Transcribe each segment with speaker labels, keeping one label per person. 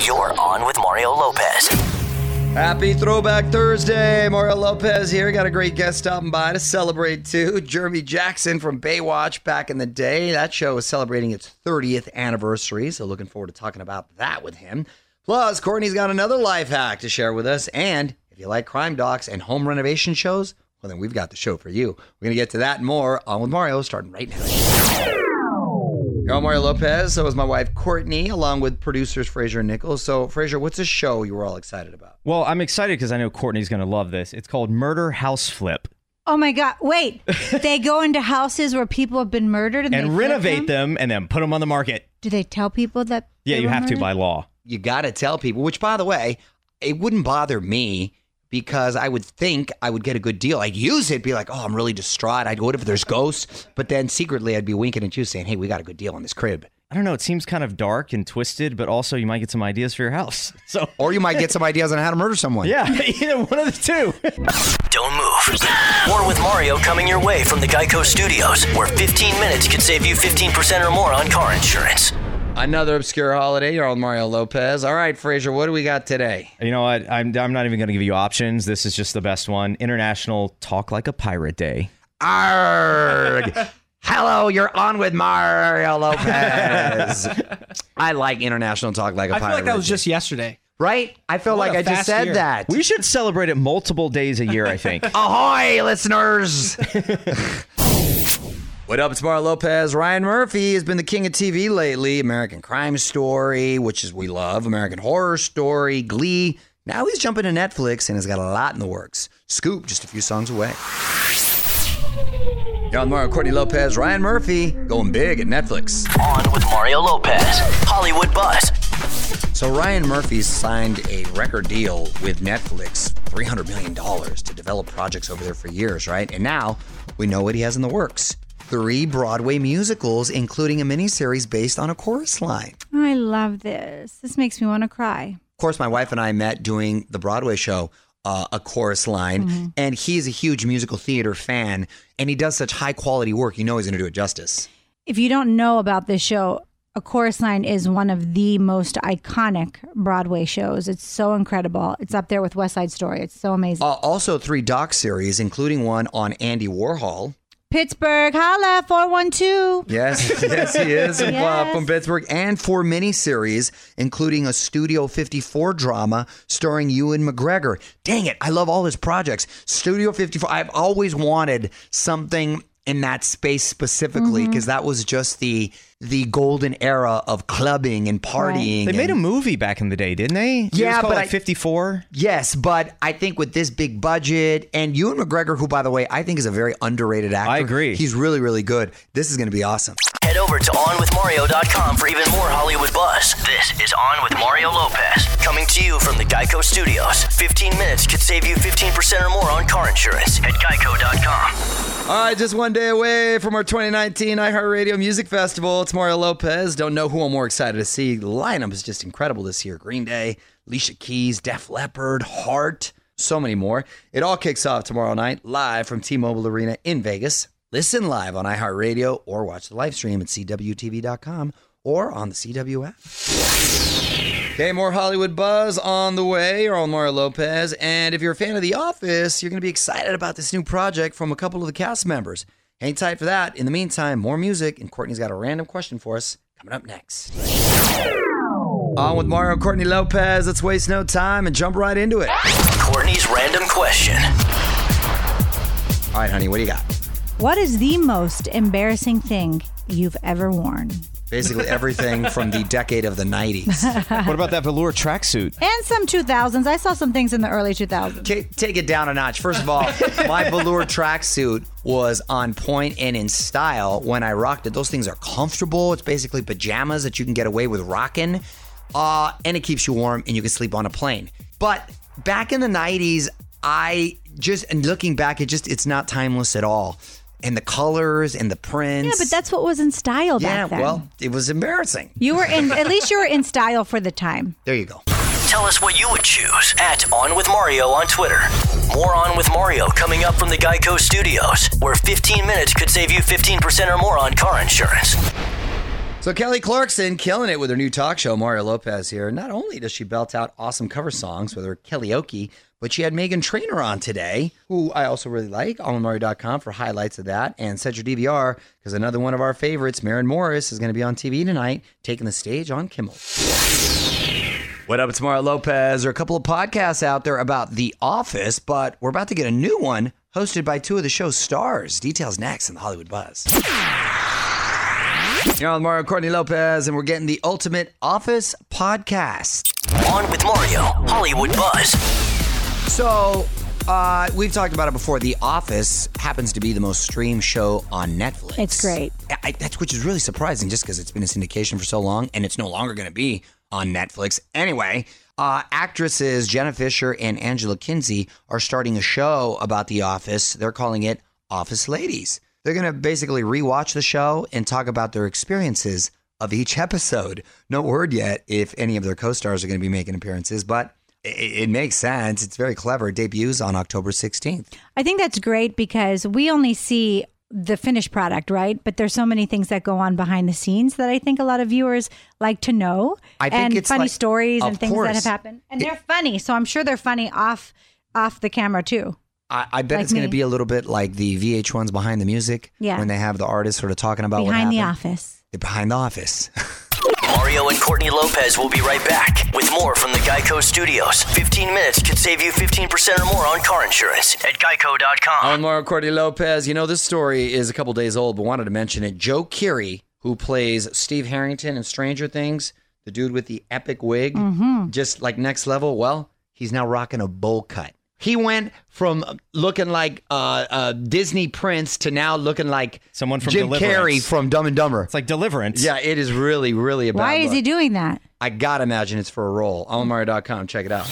Speaker 1: You're on with Mario Lopez.
Speaker 2: Happy Throwback Thursday. Mario Lopez here. Got a great guest stopping by to celebrate too. Jeremy Jackson from Baywatch back in the day. That show is celebrating its 30th anniversary, so looking forward to talking about that with him. Plus, Courtney's got another life hack to share with us. And if you like crime docs and home renovation shows, well, then we've got the show for you. We're going to get to that and more on with Mario starting right now. Yo, I'm Mario Lopez. So is my wife Courtney, along with producers Fraser and Nichols. So, Fraser, what's a show you were all excited about?
Speaker 3: Well, I'm excited because I know Courtney's going to love this. It's called Murder House Flip
Speaker 4: Oh my God! Wait, they go into houses where people have been murdered and, they
Speaker 3: and
Speaker 4: flip
Speaker 3: renovate them and then put them on the market.
Speaker 4: Do they tell people that?
Speaker 3: Yeah,
Speaker 4: they
Speaker 3: you
Speaker 4: were
Speaker 3: have to
Speaker 4: murdered?
Speaker 3: by law.
Speaker 2: You got to tell people, which, by the way, it wouldn't bother me because I would think I would get a good deal. I'd use it, be like, oh, I'm really distraught. I'd go if there's ghosts. But then secretly, I'd be winking at you saying, hey, we got a good deal on this crib.
Speaker 3: I don't know. It seems kind of dark and twisted, but also you might get some ideas for your house. So,
Speaker 2: Or you might get some ideas on how to murder someone.
Speaker 3: yeah, either one of the two.
Speaker 1: Don't move. More with Mario coming your way from the Geico Studios, where 15 minutes could save you 15% or more on car insurance.
Speaker 2: Another obscure holiday. You're on Mario Lopez. All right, Fraser, what do we got today?
Speaker 3: You know what? I'm, I'm not even going to give you options. This is just the best one. International Talk Like a Pirate Day.
Speaker 2: Arg. Hello, you're on with Mario Lopez. I like international talk like a
Speaker 5: I feel
Speaker 2: pirate.
Speaker 5: like that was just yesterday.
Speaker 2: right. I feel
Speaker 5: What
Speaker 2: like
Speaker 5: a
Speaker 2: I just
Speaker 5: fast
Speaker 2: said
Speaker 5: year.
Speaker 2: that.
Speaker 3: We should celebrate it multiple days a year, I think.
Speaker 2: Ahoy, listeners! what up, it's Mario Lopez. Ryan Murphy has been the king of TV lately. American Crime Story, which is we love, American Horror Story, Glee. Now he's jumping to Netflix and has got a lot in the works. Scoop, just a few songs away. You're on Mario Courtney Lopez, Ryan Murphy, going big at Netflix.
Speaker 1: On with Mario Lopez. Hollywood Buzz.
Speaker 2: So Ryan Murphy signed a record deal with Netflix, $300 million to develop projects over there for years, right? And now we know what he has in the works. Three Broadway musicals, including a miniseries based on a chorus line.
Speaker 4: Oh, I love this. This makes me want to cry.
Speaker 2: Of course, my wife and I met doing the Broadway show, uh, A Chorus Line, and he's a huge musical theater fan, and he does such high quality work, you know he's going to do it justice.
Speaker 4: If you don't know about this show, A Chorus Line is one of the most iconic Broadway shows. It's so incredible. It's up there with West Side Story. It's so amazing.
Speaker 2: Uh, also, three doc series, including one on Andy Warhol.
Speaker 4: Pittsburgh, holla four one two.
Speaker 2: Yes, yes, he is in- uh,
Speaker 4: Yes.
Speaker 2: from Pittsburgh, and four miniseries, including a Studio 54 drama starring Ewan McGregor. Dang it, I love all his projects. Studio 54. I've always wanted something in that space specifically because that was just the the golden era of clubbing and partying.
Speaker 3: They
Speaker 2: and-
Speaker 3: made a movie back in the day, didn't they? It was
Speaker 2: Yeah,
Speaker 3: called
Speaker 2: but
Speaker 3: like
Speaker 2: I-
Speaker 3: 54.
Speaker 2: Yes, but I think with this big budget and Ewan McGregor, who by the way I think is a very underrated actor.
Speaker 3: I agree.
Speaker 2: He's really, really good. This is going to be awesome.
Speaker 1: Head over to onwithmario.com for even more Hollywood buzz. This is On with Mario Lopez, coming to you from the Geico Studios. 15 minutes could save you 15% or more on car insurance at geico.com.
Speaker 2: All right, just one day away from our 2019 iHeartRadio Music Festival. It's Mario Lopez. Don't know who I'm more excited to see. The lineup is just incredible this year. Green Day, Alicia Keys, Def Leppard, Heart, so many more. It all kicks off tomorrow night live from T-Mobile Arena in Vegas. Listen live on iHeartRadio or watch the live stream at cwtv.com or on the CW app. Okay, more Hollywood buzz on the way. You're on Mario Lopez. And if you're a fan of The Office, you're going to be excited about this new project from a couple of the cast members. Hang tight for that. In the meantime, more music, and Courtney's got a random question for us coming up next. On with Mario and Courtney Lopez. Let's waste no time and jump right into it. All
Speaker 1: Courtney's random question.
Speaker 2: right, honey, what do you got?
Speaker 4: What is the most embarrassing thing you've ever worn?
Speaker 2: Basically, everything from the decade of the 90s.
Speaker 3: What about that velour tracksuit?
Speaker 4: And some 2000s. I saw some things in the early 2000s.
Speaker 2: Ta- take it down a notch. First of all, my velour tracksuit was on point and in style when I rocked it. Those things are comfortable. It's basically pajamas that you can get away with rocking, uh, and it keeps you warm and you can sleep on a plane. But back in the '90s, I just and looking back, it just it's not timeless at all. And the colors and the prints.
Speaker 4: Yeah, but that's what was in style
Speaker 2: yeah.
Speaker 4: back then.
Speaker 2: Well, it was embarrassing.
Speaker 4: You were in, at least you were in style for the time.
Speaker 2: There you go.
Speaker 1: Tell us what you would choose at On With Mario on Twitter. More On With Mario coming up from the Geico Studios, where 15 minutes could save you 15% or more on car insurance.
Speaker 2: So Kelly Clarkson killing it with her new talk show, Mario Lopez here. Not only does she belt out awesome cover songs with her karaoke, but she had Megan Trainor on today, who I also really like, almamario.com for highlights of that. And set your DVR because another one of our favorites, Maren Morris, is going to be on TV tonight, taking the stage on Kimmel. What up, it's Mario Lopez. There are a couple of podcasts out there about The Office, but we're about to get a new one hosted by two of the show's stars. Details next in the Hollywood Buzz. You're on Mario Courtney Lopez, and we're getting the ultimate office podcast.
Speaker 1: On with Mario, Hollywood Buzz.
Speaker 2: So, uh, we've talked about it before. The Office happens to be the most streamed show on Netflix.
Speaker 4: It's great.
Speaker 2: I, I- that's which is really surprising, just because it's been in syndication for so long, and it's no longer going to be on Netflix anyway. Uh, actresses Jenna Fisher and Angela Kinsey are starting a show about The Office. They're calling it Office Ladies. They're going to basically rewatch the show and talk about their experiences of each episode. No word yet if any of their co-stars are going to be making appearances, but it, it makes sense. It's very clever. It debuts on October 16th.
Speaker 4: I think that's great because we only see the finished product, right? But there's so many things that go on behind the scenes that I think a lot of viewers like to know.
Speaker 2: I think
Speaker 4: and
Speaker 2: it's
Speaker 4: funny
Speaker 2: like-
Speaker 4: stories and
Speaker 2: of
Speaker 4: things that
Speaker 2: course.
Speaker 4: have happened. And they're funny, so I'm sure they're funny off off the camera too.
Speaker 2: I, I bet
Speaker 4: Like
Speaker 2: it's going to
Speaker 4: me.
Speaker 2: be a little bit like the VH1's Behind the Music,
Speaker 4: Yeah.
Speaker 2: when they have the artists sort of talking about
Speaker 4: behind
Speaker 2: what
Speaker 4: the
Speaker 2: Oh, happened.
Speaker 4: office.
Speaker 2: They're behind the office.
Speaker 1: Mario and Courtney Lopez will be right back with more from the Geico Studios. 15 minutes could save you 15% or more on car insurance at geico.com.
Speaker 2: I'm Mario Cordy Lopez. You know, this story is a couple days old, but wanted to mention it. Joe Keery, who plays Steve Harrington in Stranger Things, the dude with the epic wig,
Speaker 4: Mm-hmm.
Speaker 2: just like next level, well, he's now rocking a bowl cut. He went from looking like uh, uh, Disney Prince to now looking like
Speaker 3: Someone from
Speaker 2: Jim Carrey
Speaker 3: Deliverance.
Speaker 2: from Dumb and Dumber.
Speaker 3: It's like Deliverance.
Speaker 2: yeah, it is really, really a bad
Speaker 4: Why is
Speaker 2: look.
Speaker 4: he doing that?
Speaker 2: I gotta imagine it's for a role. Alamario.com. Check it out.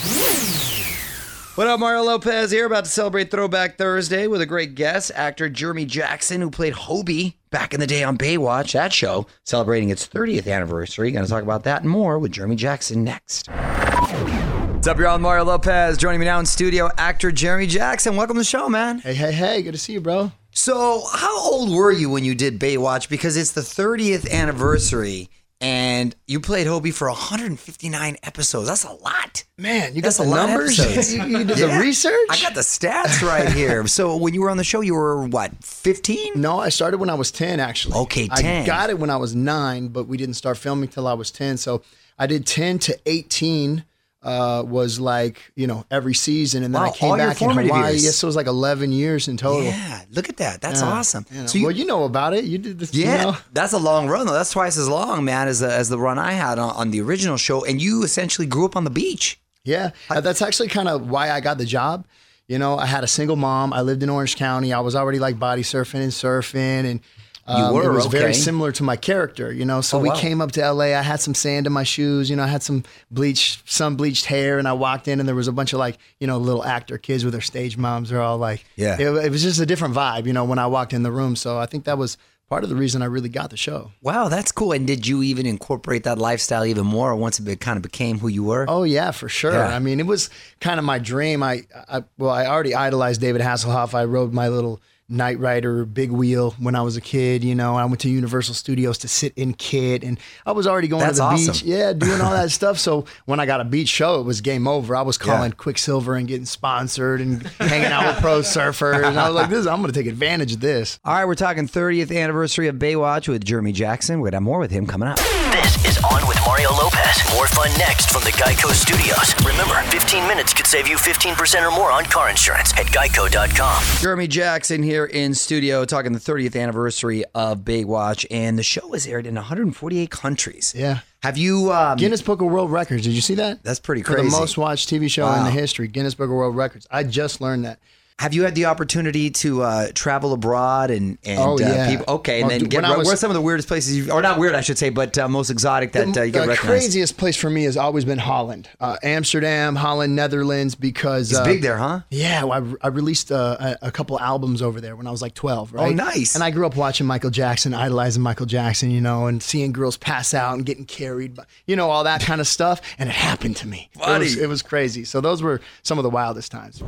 Speaker 2: What up, Mario Lopez here, about to celebrate Throwback Thursday with a great guest, actor Jeremy Jackson, who played Hobie back in the day on Baywatch. That show, celebrating its 30th anniversary. Gonna talk about that and more with Jeremy Jackson next. What's up, y'all? Mario Lopez joining me now in studio, actor Jeremy Jackson. Welcome to the show, man.
Speaker 5: Hey, hey, hey, good to see you, bro.
Speaker 2: So, how old were you when you did Baywatch? Because it's the 30th anniversary, and you played Hobie for 159 episodes. That's a lot.
Speaker 5: Man, you
Speaker 2: That's
Speaker 5: got
Speaker 2: a
Speaker 5: the
Speaker 2: lot of
Speaker 5: numbers?
Speaker 2: episodes.
Speaker 5: you, you did
Speaker 2: Yeah.
Speaker 5: the research?
Speaker 2: I got the stats right here. so, when you were on the show, you were what, 15?
Speaker 5: no, I started when I was 10, actually.
Speaker 2: Okay, 10.
Speaker 5: I got it when I was nine, but we didn't start filming till I was 10. So I did 10 to 18 uh, was like, you know, every season. And then
Speaker 2: Wow,
Speaker 5: I came
Speaker 2: all your
Speaker 5: back in
Speaker 2: formative
Speaker 5: Hawaii.
Speaker 2: years.
Speaker 5: Yes, so it was like 11 years in total.
Speaker 2: Yeah, look at that. That's
Speaker 5: Yeah,
Speaker 2: awesome.
Speaker 5: you know.
Speaker 2: So you-
Speaker 5: well, you know about it. You did this. you
Speaker 2: yeah,
Speaker 5: know?
Speaker 2: that's a long run though. That's twice as long, man, as the, as the run I had on, on the original show. And you essentially grew up on the beach.
Speaker 5: Yeah, uh, that's actually kind of why I got the job. You know, I had a single mom. I lived in Orange County. I was already like body surfing and surfing, and um,
Speaker 2: were,
Speaker 5: it was
Speaker 2: okay. Oh,
Speaker 5: very similar to my character. You know, so we
Speaker 2: wow.
Speaker 5: came up to LA. I had some sand in my shoes. You know, I had some bleached, sun bleached hair, and I walked in, and there was a bunch of like you know little actor kids with their stage moms. They're all like,
Speaker 2: Yeah.
Speaker 5: It, it was just a different vibe. You know, when I walked in the room, so I think that was part of the reason I really got the show.
Speaker 2: Wow, that's cool. And did you even incorporate that lifestyle even more once it be, kind of became who you were?
Speaker 5: Oh yeah, for sure.
Speaker 2: Yeah.
Speaker 5: I mean, it was kind of my dream. I, I well, I already idolized David Hasselhoff. I rode my little Knight Rider big wheel when I was a kid. You know, I went to Universal Studios to sit in kit, and I was already going
Speaker 2: That's
Speaker 5: to the
Speaker 2: awesome.
Speaker 5: beach. Yeah, doing all that stuff. So when I got a beach show, it was game over. I was calling Quicksilver and getting sponsored and hanging out with pro surfers. And I was like, this, I'm going to take advantage of this.
Speaker 2: All right, we're talking 30th anniversary of Baywatch with Jeremy Jackson. We're going to have more with him coming up.
Speaker 1: This is On with Mario Lopez. More fun next from the Geico Studios. Remember, 15 minutes could save you 15% or more on car insurance at geico.com.
Speaker 2: Jeremy Jackson here in studio talking the 30th anniversary of Baywatch, and the show is aired in 148 countries.
Speaker 5: Yeah.
Speaker 2: Have you. Um,
Speaker 5: Guinness Book of World Records. Did you see that?
Speaker 2: That's pretty
Speaker 5: For
Speaker 2: crazy.
Speaker 5: the most watched TV show in the history, Guinness Book of World Records. I just learned that.
Speaker 2: have you had the opportunity to uh, travel abroad and and
Speaker 5: Oh, yeah.
Speaker 2: uh, people? Okay, and
Speaker 5: Oh,
Speaker 2: then
Speaker 5: dude,
Speaker 2: get
Speaker 5: when I
Speaker 2: where-
Speaker 5: was-
Speaker 2: where are some of the weirdest places you or not weird I should say, but uh, most exotic that uh, you
Speaker 5: the
Speaker 2: get recognized.
Speaker 5: craziest place for me has always been Holland, uh, Amsterdam, Holland, Netherlands, because
Speaker 2: It's
Speaker 5: uh,
Speaker 2: big there, huh?
Speaker 5: Yeah, well, I, I released uh, a, a couple albums over there when I was like 12, right?
Speaker 2: Oh, nice.
Speaker 5: And I grew up watching Michael Jackson, idolizing Michael Jackson, you know, and seeing girls pass out and getting carried, by, you know, all that kind of stuff. And it happened to me. It was,
Speaker 2: Buddy.
Speaker 5: it was crazy. So those were some of the wildest times.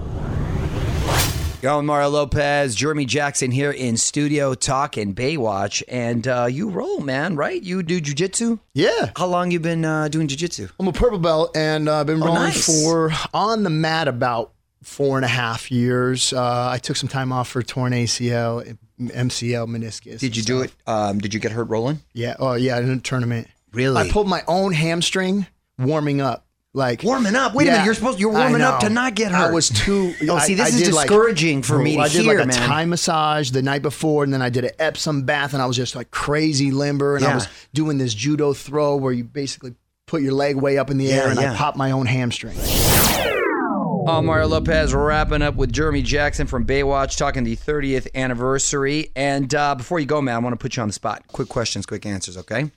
Speaker 2: You're on with Mario Lopez, Jeremy Jackson here in studio talking Baywatch, and uh, you roll, man, right? You do jujitsu.
Speaker 5: Yeah.
Speaker 2: How long you been uh, doing jujitsu?
Speaker 5: I'm a purple belt, and uh, I've been rolling
Speaker 2: Oh, nice.
Speaker 5: for on the mat about four and a half years. Uh, I took some time off for torn ACL, MCL, meniscus.
Speaker 2: Did you do it? Um, did you get hurt rolling?
Speaker 5: Yeah. Oh, yeah. In a tournament.
Speaker 2: Really?
Speaker 5: I pulled my own hamstring warming up. Like
Speaker 2: Warming up? Wait a minute, you're supposed- you're
Speaker 5: I
Speaker 2: warming up
Speaker 5: know.
Speaker 2: to not get
Speaker 5: I
Speaker 2: hurt.
Speaker 5: was too.
Speaker 2: Oh, see, this
Speaker 5: I
Speaker 2: is
Speaker 5: did, like-
Speaker 2: discouraging for me to
Speaker 5: I did
Speaker 2: hear,
Speaker 5: like a
Speaker 2: man.
Speaker 5: Thai massage the night before, and then I did an Epsom bath, and I was just like crazy limber, and
Speaker 2: Yeah.
Speaker 5: I was doing this judo throw where you basically put your leg way up in the
Speaker 2: Yeah,
Speaker 5: air, and
Speaker 2: yeah.
Speaker 5: I popped my own hamstring.
Speaker 2: Oh, Mario Lopez wrapping up with Jeremy Jackson from Baywatch, talking the 30th anniversary. And uh, before you go, man, I want to put you on the spot. Quick questions, quick answers, okay?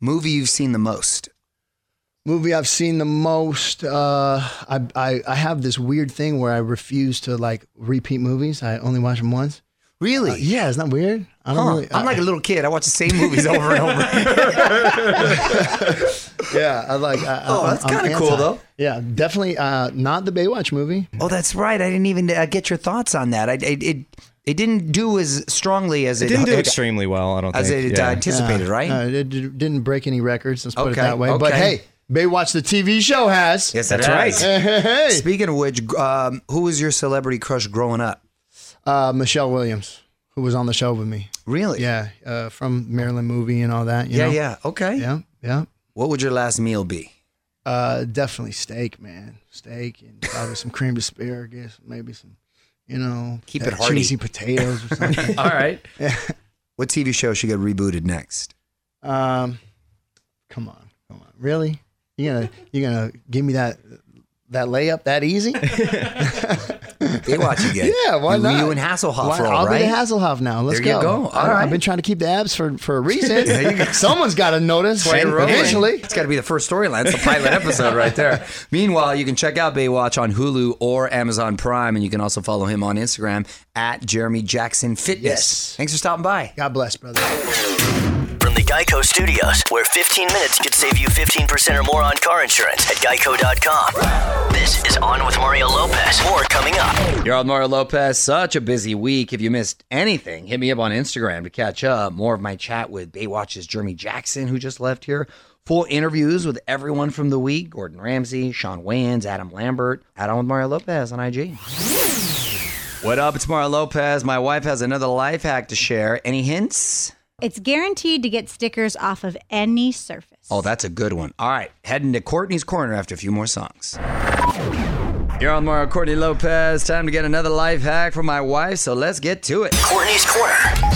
Speaker 2: Movie you've seen the most?
Speaker 5: movie I've seen the most. Uh, I, I I have this weird thing where I refuse to like repeat movies. I only watch them once. Uh,
Speaker 2: Really?
Speaker 5: Yeah, isn't that weird? I don't really.
Speaker 2: I'm
Speaker 5: I-
Speaker 2: like a little kid. I watch the same movies over and over.
Speaker 5: yeah, I like. I,
Speaker 2: Oh,
Speaker 5: I'm-
Speaker 2: that's
Speaker 5: I'm
Speaker 2: kinda
Speaker 5: anti.
Speaker 2: cool, though.
Speaker 5: Yeah, definitely uh, not the Baywatch movie.
Speaker 2: oh, that's right. I didn't even uh, get your thoughts on that. I, I- it it didn't do as strongly as it,
Speaker 3: It didn't do extremely well. I don't
Speaker 2: as
Speaker 3: think.
Speaker 2: it
Speaker 3: yeah.
Speaker 2: anticipated, right?
Speaker 5: Uh, it did- didn't break any records. Let's put
Speaker 2: Okay,
Speaker 5: it that way. But
Speaker 2: okay.
Speaker 5: hey, Baywatch the TV show has.
Speaker 2: yes,
Speaker 3: That's
Speaker 2: it
Speaker 3: right.
Speaker 2: has.
Speaker 5: Hey, hey, hey.
Speaker 2: Speaking of which, um, who was your celebrity crush growing up?
Speaker 5: Uh, Michelle Williams, who was on the show with me.
Speaker 2: Really?
Speaker 5: Yeah, uh, from Maryland movie and all that. You
Speaker 2: Yeah,
Speaker 5: know?
Speaker 2: yeah. Okay.
Speaker 5: yeah, yeah.
Speaker 2: What would your last meal be?
Speaker 5: Uh, definitely steak, man. Steak and probably some creamed asparagus, maybe some, you know,
Speaker 2: Keep
Speaker 5: uh,
Speaker 2: it hearty.
Speaker 5: cheesy potatoes or something.
Speaker 2: All right. what TV show should get rebooted next?
Speaker 5: um, come on, come on, really? You gonna you gonna give me that that layup that easy?
Speaker 2: Baywatch again.
Speaker 5: Yeah, why
Speaker 2: you,
Speaker 5: not?
Speaker 2: You and Hasselhoff
Speaker 5: Why-
Speaker 2: roll,
Speaker 5: I'll
Speaker 2: right?
Speaker 5: be the Hasselhoff now. Let's
Speaker 2: There you go.
Speaker 5: I-
Speaker 2: All right.
Speaker 5: I've been trying to keep the abs for for a reason. Someone's got to notice
Speaker 2: Play it rolling.
Speaker 5: eventually.
Speaker 2: It's got to be the first storyline. It's the pilot episode right there. Meanwhile, you can check out Baywatch on Hulu or Amazon Prime, and you can also follow him on Instagram at Jeremy Jackson Fitness.
Speaker 5: Yes.
Speaker 2: Thanks for stopping by.
Speaker 5: God bless, brother.
Speaker 1: From the Geico Studios, where 15 minutes could save you 15% or more on car insurance at geico.com. This is On with Mario Lopez. More coming up.
Speaker 2: You're on Mario Lopez. Such a busy week. If you missed anything, hit me up on Instagram to catch up. More of my chat with Baywatch's Jeremy Jackson, who just left here. Full interviews with everyone from the week Gordon Ramsay, Sean Wayans, Adam Lambert. Add on with Mario Lopez on IG. What up? It's Mario Lopez. My wife has another life hack to share. Any hints?
Speaker 4: It's guaranteed to get stickers off of any surface.
Speaker 2: Oh, that's a good one. All right, heading to Courtney's Corner after a few more songs. You're on Mario Courtney Lopez. Time to get another life hack from my wife, so let's get to it.
Speaker 1: Courtney's Corner.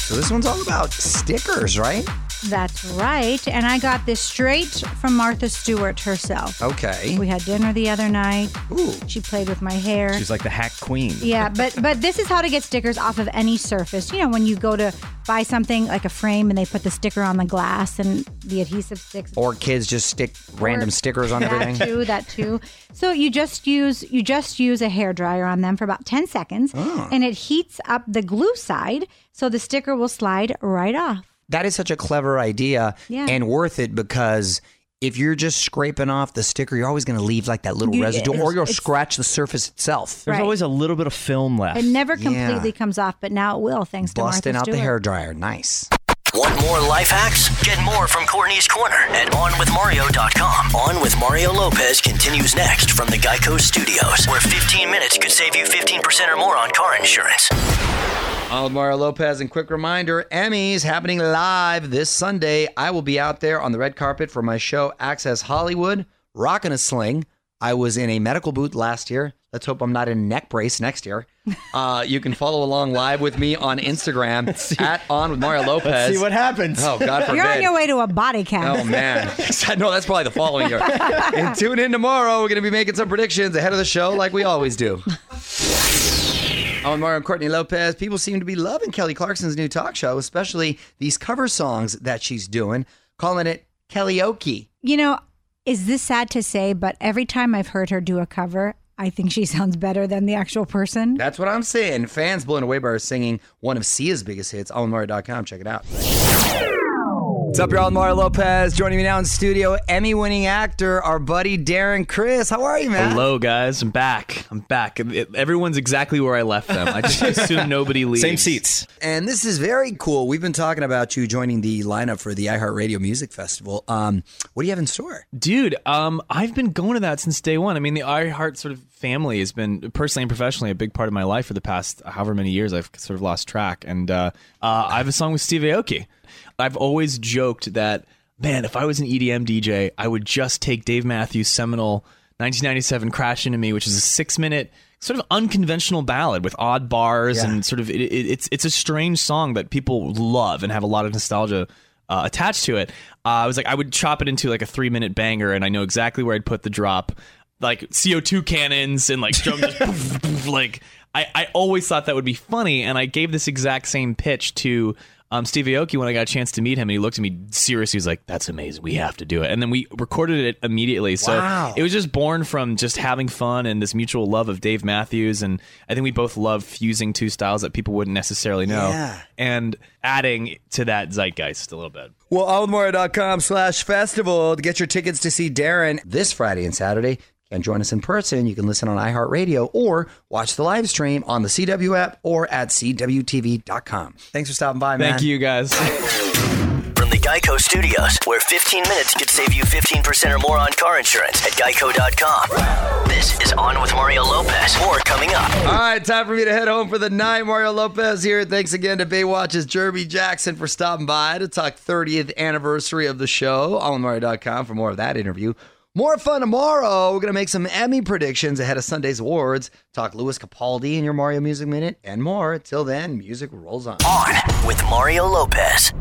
Speaker 2: So this one's all about stickers, right?
Speaker 4: That's right. And I got this straight from Martha Stewart herself.
Speaker 2: Okay.
Speaker 4: We had dinner the other night.
Speaker 2: Ooh.
Speaker 4: She played with my hair.
Speaker 3: She's like the hack queen.
Speaker 4: yeah, but but this is how to get stickers off of any surface. You know, when you go to buy something like a frame and they put the sticker on the glass and the adhesive sticks.
Speaker 2: Or kids just stick random
Speaker 4: Or-
Speaker 2: stickers on
Speaker 4: that
Speaker 2: everything.
Speaker 4: too, that too. So you just use you just use a hair dryer on them for about ten seconds,
Speaker 2: Oh.
Speaker 4: and it heats up the glue side, so the sticker will slide right off.
Speaker 2: That is such a clever idea
Speaker 4: Yeah.
Speaker 2: and worth it because if you're just scraping off the sticker, you're always going to leave like that little
Speaker 4: You-
Speaker 2: residue or
Speaker 4: it's-
Speaker 2: you'll
Speaker 4: it's-
Speaker 2: scratch the surface itself.
Speaker 4: Right.
Speaker 3: There's always a little bit of film left.
Speaker 4: It never
Speaker 2: Yeah.
Speaker 4: completely comes off, but now it will, thanks to
Speaker 2: Busting
Speaker 4: Martha
Speaker 2: out the
Speaker 4: Stewart.
Speaker 2: hairdryer. Nice.
Speaker 1: Want more life hacks? Get more from Courtney's Corner at OnWithMario.com. On with Mario Lopez continues next from the Geico Studios, where 15 minutes could save you 15% or more on car insurance.
Speaker 2: Donald Mario Lopez, and quick reminder Emmys happening live this Sunday. I will be out there on the red carpet for my show Access Hollywood, rocking a sling. I was in a medical boot last year. Let's hope I'm not in a neck brace next year. Uh, you can follow along live with me on Instagram at On with Mario Lopez.
Speaker 3: See what happens.
Speaker 2: Oh, God forbid.
Speaker 4: You're on your way to a body count.
Speaker 2: Oh man, no, that's probably the following year. and tune in tomorrow. We're gonna be making some predictions ahead of the show, like we always do. I'm Mario and Courtney Lopez. People seem to be loving Kelly Clarkson's new talk show, especially these cover songs that she's doing, calling it Kellyoke.
Speaker 4: You know, is this sad to say, but every time I've heard her do a cover, I think she sounds better than the actual person.
Speaker 2: That's what I'm saying. Fans blown away by her singing one of Sia's biggest hits. OnMario.com. Check it out. What's up, y'all? It's Mario Lopez. Joining me now in studio, Emmy-winning actor, our buddy Darren Chris. How are you, man?
Speaker 6: Hello, guys. I'm back. I'm back. It- everyone's exactly where I left them. I just assume nobody leaves.
Speaker 3: Same seats.
Speaker 2: And this is very cool. We've been talking about you joining the lineup for the iHeartRadio Music Festival. Um, what do you have in store?
Speaker 6: Dude, um, I've been going to that since day one. I mean, the iHeart sort of family has been personally and professionally a big part of my life for the past however many years. I've sort of lost track, and uh, uh, I have a song with Steve Aoki. I've always joked that man, if I was an E EDM DJ, I would just take Dave Matthews' seminal 1997 "Crash Into Me," which is a six-minute sort of unconventional ballad with odd bars and sort of it, it, it's it's a strange song that people love and have a lot of nostalgia uh, attached to it. Uh, I was like, I would chop it into like a three minute banger, and I know exactly where I'd put the drop, like CO two cannons and like drum, just poof, poof, like I, I always thought that would be funny, and I gave this exact same pitch to. Um, Steve Aoki, when I got a chance to meet him, and he looked at me seriously. He was like, "That's amazing. We have to do it." And then we recorded it immediately. So
Speaker 2: Wow.
Speaker 6: it was just born from just having fun and this mutual love of Dave Matthews, and I think we both love fusing two styles that people wouldn't necessarily know,
Speaker 2: Yeah.
Speaker 6: and adding to that zeitgeist a little bit.
Speaker 2: Well, allwithmario.com slash festival to get your tickets to see Darren this Friday and Saturday. You can join us in person. You can listen on iHeartRadio or watch the live stream on the CW app or at CWTV.com. Thanks for stopping by, man.
Speaker 6: Thank you guys.
Speaker 1: From the Geico Studios, where 15 minutes could save you 15% or more on car insurance at geico.com. This is On with Mario Lopez. More coming up.
Speaker 2: All right, time for me to head home for the night. Mario Lopez here. Thanks again to Baywatch's Jeremy Jackson for stopping by to talk 30th anniversary of the show. AllMario.com for more of that interview. More fun tomorrow. We're going to make some Emmy predictions ahead of Sunday's awards, talk Louis Capaldi in your Mario Music Minute, and more. Till then, music rolls on.
Speaker 1: On with Mario Lopez.